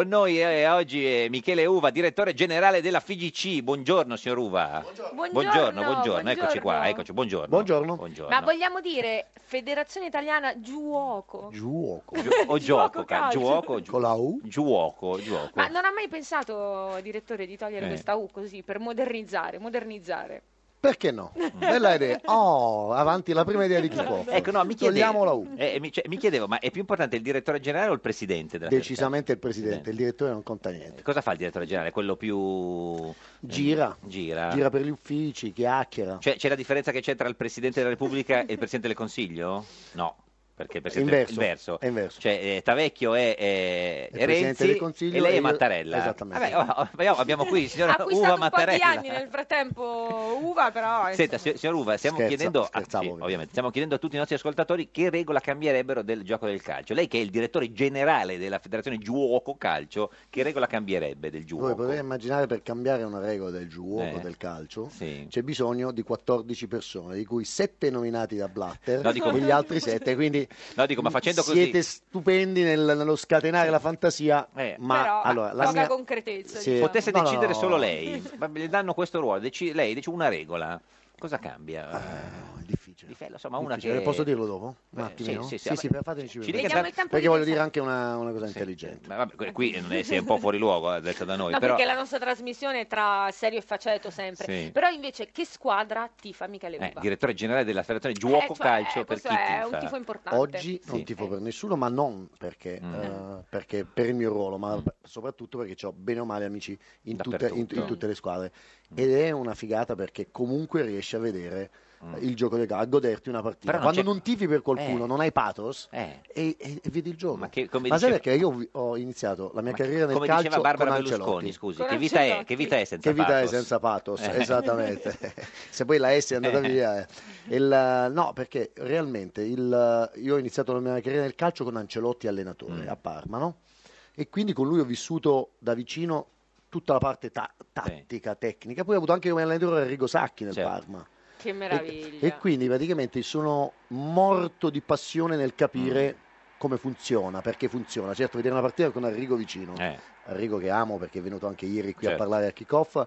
Con noi eh, oggi è Michele Uva, direttore generale della FIGC. Buongiorno, signor Uva. buongiorno, buongiorno. Eccoci qua, eccoci, buongiorno. Buongiorno. Buongiorno. Ma vogliamo dire Federazione Italiana Giuoco? Giuoco. Gio- o oh, gioco, Giuoco ca- calcio. giuoco, giu- Con la U? giuoco, giuoco. Ma non ha mai pensato, direttore, di togliere Eh. questa U così per modernizzare, modernizzare? Perché no? Bella idea. Oh, avanti la prima idea di chi può. Mm. Ecco, no, mi Togliamo chiedevo, la U. eh, mi, cioè, mi chiedevo, ma è più importante il direttore generale o il presidente della Decisamente il presidente, il direttore non conta niente. FIGC? Eh, Cosa fa il direttore generale? Quello più... Gira. Gira. Gira per gli uffici, chiacchiera. Ah. Cioè, c'è la differenza che c'è tra il Presidente della Repubblica e il Presidente del Consiglio? No, perché il Presidente Inverso, inverso. è inverso. Cioè, eh, Tavecchio è, eh, Il è Presidente Renzi del Consiglio e lei e è io- Mattarella. Esattamente. Vabbè, oh, oh, oh, abbiamo qui il ha signor acquistato Uva un po' di Mattarella. anni nel frattempo Uva, però... Senta, insomma. si- signor Uva, stiamo Scherzo, chiedendo, a, scherzavo, sì, ovviamente. ovviamente, stiamo chiedendo a tutti i nostri ascoltatori che regola cambierebbero del gioco del calcio. Lei che è il direttore generale della Federazione Giuoco Calcio, che regola cambierebbe del Voi giuoco? potete immaginare per cambiare una regola del giuoco Eh. del calcio Sì. c'è bisogno di 14 persone, di cui 7 nominati da Blatter No, dico- e gli altri 7, quindi No, dico, ma facendo così... siete stupendi nel- nello scatenare la fantasia, Eh. ma Però, allora, la poca mia- concretezza, Sì. diciamo. potesse No, no, decidere no. solo lei, ma le danno questo ruolo, deci- lei dice una regola, cosa Ah, cambia? No, è Eh, difficile. Di fe- lo so, ma una Difficile. che- Posso dirlo dopo? Beh, Un attimino? sì, sì, sì, sì, vabbè. per- fatemi Ci cinque dica minuti. tanto- Perché voglio dire Sì. anche una, una cosa Sì, intelligente. ma vabbè, que- qui non è, si è un po' fuori luogo adesso da noi, No, però... perché la nostra trasmissione è tra serio e faceto sempre. Sì. Però invece che squadra tifa Michele Eh, Uva? direttore generale della federazione Giuoco Eh, cioè, Calcio per chi questo è un tifa. tifo importante. Oggi Sì. non tifo per nessuno, ma non perché, Mm. eh, perché per il mio ruolo, ma p- soprattutto perché ho bene o male amici in tutte, in- Dappertutto. in tutte le squadre. Ed è una figata perché comunque riesci a vedere Mm. eh, il gioco del calcio, a goderti una partita. Però non Quando c'è- non tifi per qualcuno, Eh. non hai pathos Eh, e, e- e vedi il gioco. Ma che- come sai dice- perché io vi- ho iniziato la mia ma carriera nel come calcio diceva Barbara con Berlusconi, Ancelotti. scusi, Con che vita, è, Ancelotti. che vita è senza Che vita è pathos? senza pathos, Eh. esattamente. Se poi la S è andata Eh. via. eh. Il, no, perché realmente il- io ho iniziato la mia carriera nel calcio con Ancelotti allenatore Mm. a Parma, no? E quindi con lui ho vissuto da vicino tutta la parte ta- tattica, tecnica. Poi ho avuto anche come allenatore Enrico Sacchi nel Certo. Parma. Che E, meraviglia. e quindi praticamente sono morto di passione nel capire Mm. come funziona, perché funziona. Certo, vedere una partita con Arrigo vicino. Eh, Arrigo che amo perché è venuto anche ieri qui Certo. a parlare al kick-off,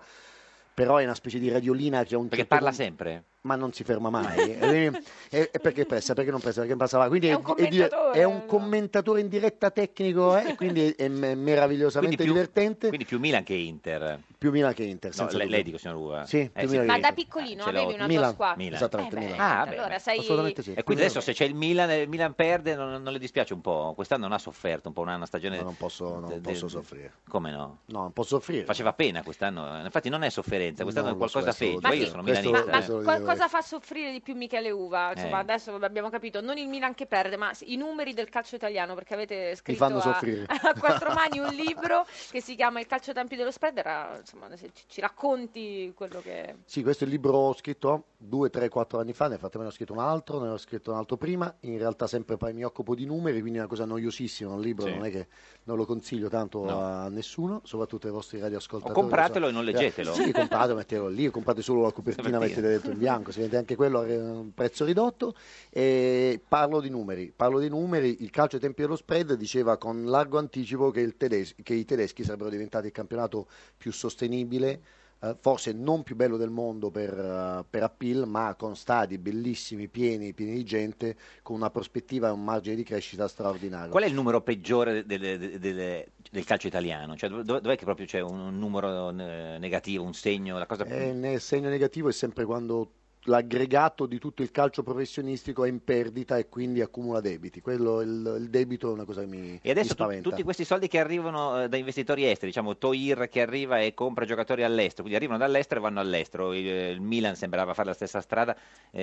però è una specie di radiolina che a un perché certo parla punto- sempre? ma non si ferma mai. e, e- e perché pressa? Perché non pressa? Perché non passava. Quindi È è, un è di- commentatore, è un no? commentatore in diretta tecnico, eh, quindi è, è meravigliosamente più, divertente, quindi più Milan che Inter. più Milan che Inter. No, senza lei, dubbio. lei dico, signor Uva. Eh, Sì, più Milan Ma che da Milan. piccolino Ce l'ho. avevi una tua Milan, squadra. Milan. Esattamente, Eh beh, Milan. Ah, beh, allora beh, sei... Assolutamente sì. E quindi Milan- adesso se c'è il Milan e il Milan perde non, non le dispiace un po'. Quest'anno non ha sofferto un po' una, una stagione... Ma non posso, non de- de- posso soffrire. Come no? No, non posso soffrire. Faceva pena quest'anno, infatti non è sofferenza, quest'anno Non è lo so, qualcosa questo peggio. lo Ma io dico. sono Questo- milanista. Ma, ma eh. eh. questo- co- cosa fa soffrire di più Michele Uva? Insomma, Eh. adesso vabbè, abbiamo capito, non il Milan che perde, ma i numeri del calcio italiano, perché avete scritto fanno a, soffrire. a quattro mani un libro che si chiama Il calcio ai tempi dello spread, era, insomma, se ci, ci racconti quello che... Sì, questo è il libro scritto due, tre, quattro anni fa, nel frattempo ne ho scritto un altro, ne ho scritto un altro prima, in realtà sempre poi mi occupo di numeri, quindi è una cosa noiosissima, un libro Sì. non è che non lo consiglio tanto No. a nessuno, soprattutto ai vostri radioascoltatori. O compratelo lo Cioè, e non leggetelo. Sì, compratelo, mettetelo lì, comprate solo la copertina, Copertina. mettete dentro in bianco, si vende anche quello a re- un prezzo ridotto. E parlo di numeri, parlo di numeri, il calcio ai tempi dello spread diceva con largo anticipo che, il tedes- che i tedeschi sarebbero diventati il campionato più sostenibile, eh, forse non più bello del mondo per, eh, per appeal, ma con stadi bellissimi, pieni, pieni di gente, con una prospettiva e un margine di crescita straordinario. Qual è il numero peggiore del, del- del- del calcio italiano? Cioè, dov- dov'è che proprio c'è un, un numero eh, negativo, un segno, la cosa più... Eh, nel segno negativo è sempre quando l'aggregato di tutto il calcio professionistico è in perdita e quindi accumula debiti. Quello, il, il debito è una cosa che mi, E mi adesso tu- spaventa. tutti questi soldi che arrivano eh, da investitori esteri, diciamo Toir che arriva e compra giocatori all'estero, quindi arrivano dall'estero e vanno all'estero, il, il Milan sembrava fare la stessa strada,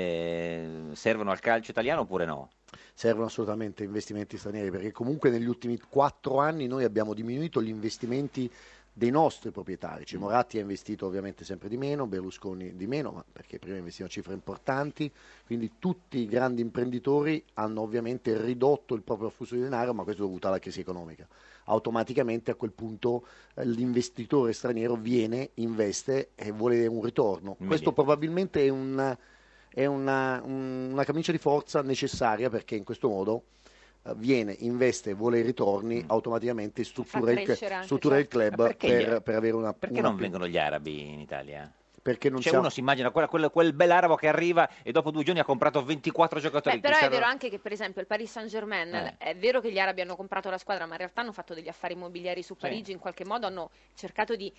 eh, servono al calcio italiano oppure no? Servono assolutamente investimenti stranieri perché comunque negli ultimi quattro anni noi abbiamo diminuito gli investimenti dei nostri proprietari. Cioè, Moratti ha investito ovviamente sempre di meno, Berlusconi di meno, ma perché prima investivano cifre importanti, quindi tutti i grandi imprenditori hanno ovviamente ridotto il proprio afflusso di denaro, ma questo è dovuto alla crisi economica. Automaticamente a quel punto eh, l'investitore straniero viene, investe e vuole un ritorno. Immediato. Questo probabilmente è un è una, un- una camicia di forza necessaria perché in questo modo eh, viene, investe, vuole i ritorni, Mm. automaticamente struttura il, crescere anche, struttura il certo. Ma club perché gli- per, per avere una... Perché una non più- vengono gli arabi in Italia? Perché non Cioè c'è... uno si immagina quella- quel, quel bel arabo che arriva e dopo due giorni ha comprato 24 giocatori. Cioè, Beh, Eh, però è Cristiano- vero anche che, per esempio, il Paris Saint Germain Eh. è vero che gli arabi hanno comprato la squadra, ma in realtà hanno fatto degli affari immobiliari su Parigi. In qualche modo hanno cercato di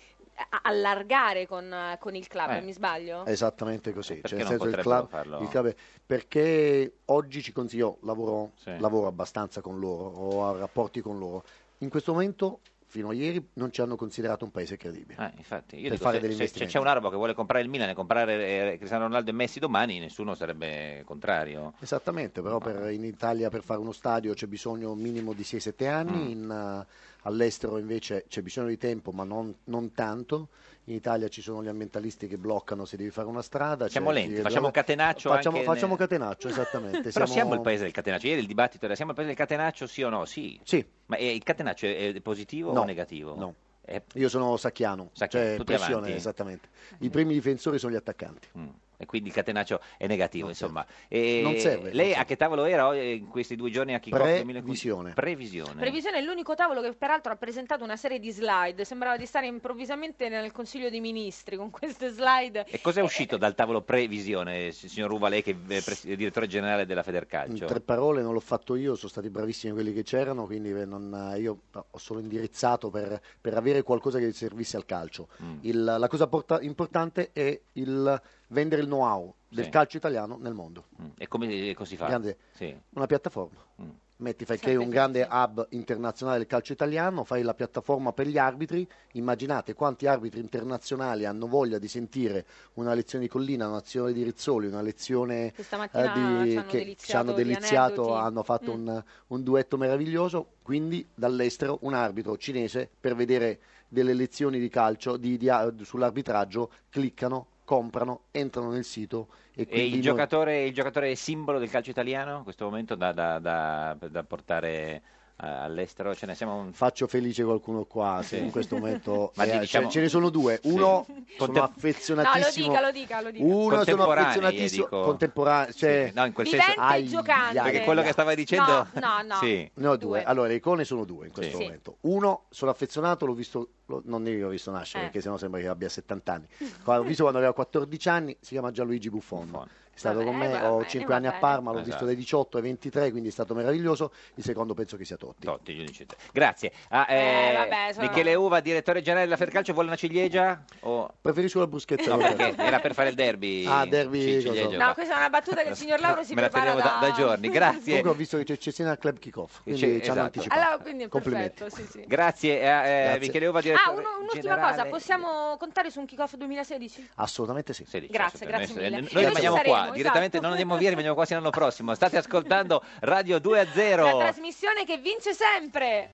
a- allargare con, eh, con il club. Eh. Mi sbaglio? Esattamente così, Perché cioè, nel non senso il potrebbero club, farlo? il club è- perché oggi ci consiglio, io lavoro, Sì. lavoro abbastanza con loro, ho rapporti con loro, in questo momento fino a ieri non ci hanno considerato un paese credibile. Ah, infatti, io Per dico, fare se- degli se, se investimenti. c'è un arabo che vuole comprare il Milan e comprare eh, Cristiano Ronaldo e Messi domani, nessuno sarebbe contrario. Esattamente, però per- in Italia per fare uno stadio c'è bisogno minimo di 6-7 anni, Mm. in, eh, all'estero invece c'è bisogno di tempo ma non, non tanto, in Italia ci sono gli ambientalisti che bloccano se devi fare una strada. Siamo c'è- lenti, facciamo un catenaccio Cioè, Facciamo, anche facciamo nel- catenaccio, esattamente. Però siamo... il paese del catenaccio. Ieri il dibattito era: siamo il paese del catenaccio, sì o no? Sì. Sì, Ma eh, il catenaccio è, è positivo No, o negativo? no. È- Io sono sacchiano, Sacchiano, cioè tutti pressione, avanti. Eh. esattamente. I primi difensori sono gli attaccanti. mm, E quindi il catenaccio è negativo, Non serve. insomma. E- Non serve, non Lei a serve. che tavolo era oggi, in questi due giorni a chi Previsione. Previsione. Previsione è l'unico tavolo che peraltro ha presentato una serie di slide. Sembrava di stare improvvisamente nel Consiglio dei Ministri con queste slide. E cos'è uscito dal tavolo previsione, si- signor Ruva, lei che è pres- direttore generale della In Federcalcio? tre parole non l'ho fatto io, sono stati bravissimi quelli che c'erano, quindi eh, non- io ho solo indirizzato per, per avere qualcosa che servisse al calcio. Mm. Il- la cosa porta- importante è il vendere il know-how del Sì. calcio italiano nel mondo. Mm. E come e così fa? Grande. Sì. Una piattaforma. Mm. Metti, fai Sì, crei un sì, grande sì. hub internazionale del calcio italiano, fai la piattaforma per gli arbitri, immaginate quanti arbitri internazionali hanno voglia di sentire una lezione di Collina, una lezione di Rizzoli, una lezione Che eh, stamattina di- ci hanno che ci deliziato, hanno di deliziato, aneddoti. hanno fatto Mm. un, un duetto meraviglioso, quindi dall'estero un arbitro cinese per vedere delle lezioni di calcio di- di ar- sull'arbitraggio, cliccano, comprano, entrano nel sito e E quindi il noi- giocatore, il giocatore è simbolo del calcio italiano in questo momento da, da- da- da portare eh, all'estero? Ce ne siamo un... Faccio felice qualcuno qua se Sì. in questo momento Ma di- eh, ce- diciamo- ce ne sono due. Sì. Uno sono Contem- No, lo affezionatissimo. dica, lo dica, lo dica. Uno sono Contemporanei, affezionatissimo. dico. Contemporaneo. Cioè, Sì, No, in quel Vivente senso... Ah, Ai- giocante. ai- Perché quello che stava dicendo... No, no, no. Sì. Ne ho due. Due. Allora, le icone sono due in Sì. questo Sì. momento. Uno sono affezionato, l'ho visto, lo- non ne ho visto nascere Eh. perché sennò sembra che abbia 70 anni. Qua- L'ho visto quando aveva 14 anni, si chiama Gianluigi Buffon. Buffon. È stato Vabbè, con me, va ho bene, 5 va anni a bene. Parma, l'ho Esatto. visto dai 18 ai 23, quindi è stato meraviglioso. Il secondo penso che sia Totti. Totti, giudice. Grazie. Ah, Eh, vabbè, sono- Michele Uva, direttore generale della Federcalcio, vuole una ciliegia? O... Preferisco la bruschetta. No, europea. perché era per fare il derby. Ah, derby, Sì, ciliegia. cosa? No, questa è una battuta che il signor Lauro si Me la prepara teniamo da- da giorni. Grazie. Comunque ho visto che c'è Cesena al club kickoff, quindi ci C'è- esatto. hanno anticipato. Allora, quindi è Complimenti. perfetto, sì, sì. Grazie a eh, Grazie. Michele Uva, Ah, direttore uno- un'ultima generale. cosa, possiamo contare su un kickoff 2016? Assolutamente sì. 16, Grazie, assolutamente. grazie mille. Noi Noi rimaniamo ci qua, saremo, direttamente esatto. non andiamo via, rimaniamo qua sino all'anno prossimo. State ascoltando Radio 2 a La 0. trasmissione che vince sempre.